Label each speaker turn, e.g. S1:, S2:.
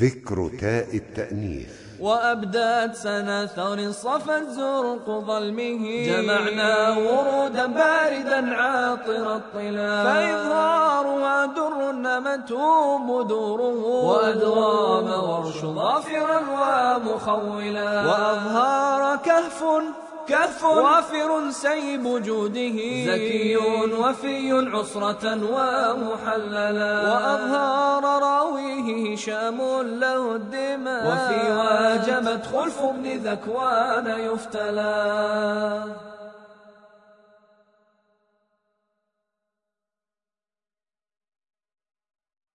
S1: ذكر تاء التأنيث
S2: وأبدات سنة ثور صفت زرق ظلمه جمعنا ورودا باردا عاطر الطلا فإظهارها در متوم دوره وأدوام ورش ظافرا ومخولا وأظهار كهف كهف وافر سيب جوده زكي وفي عسرة ومحللا وأظهار راويه هشام له الدماء وفي واجبت خلف بن ذكوان يفتلى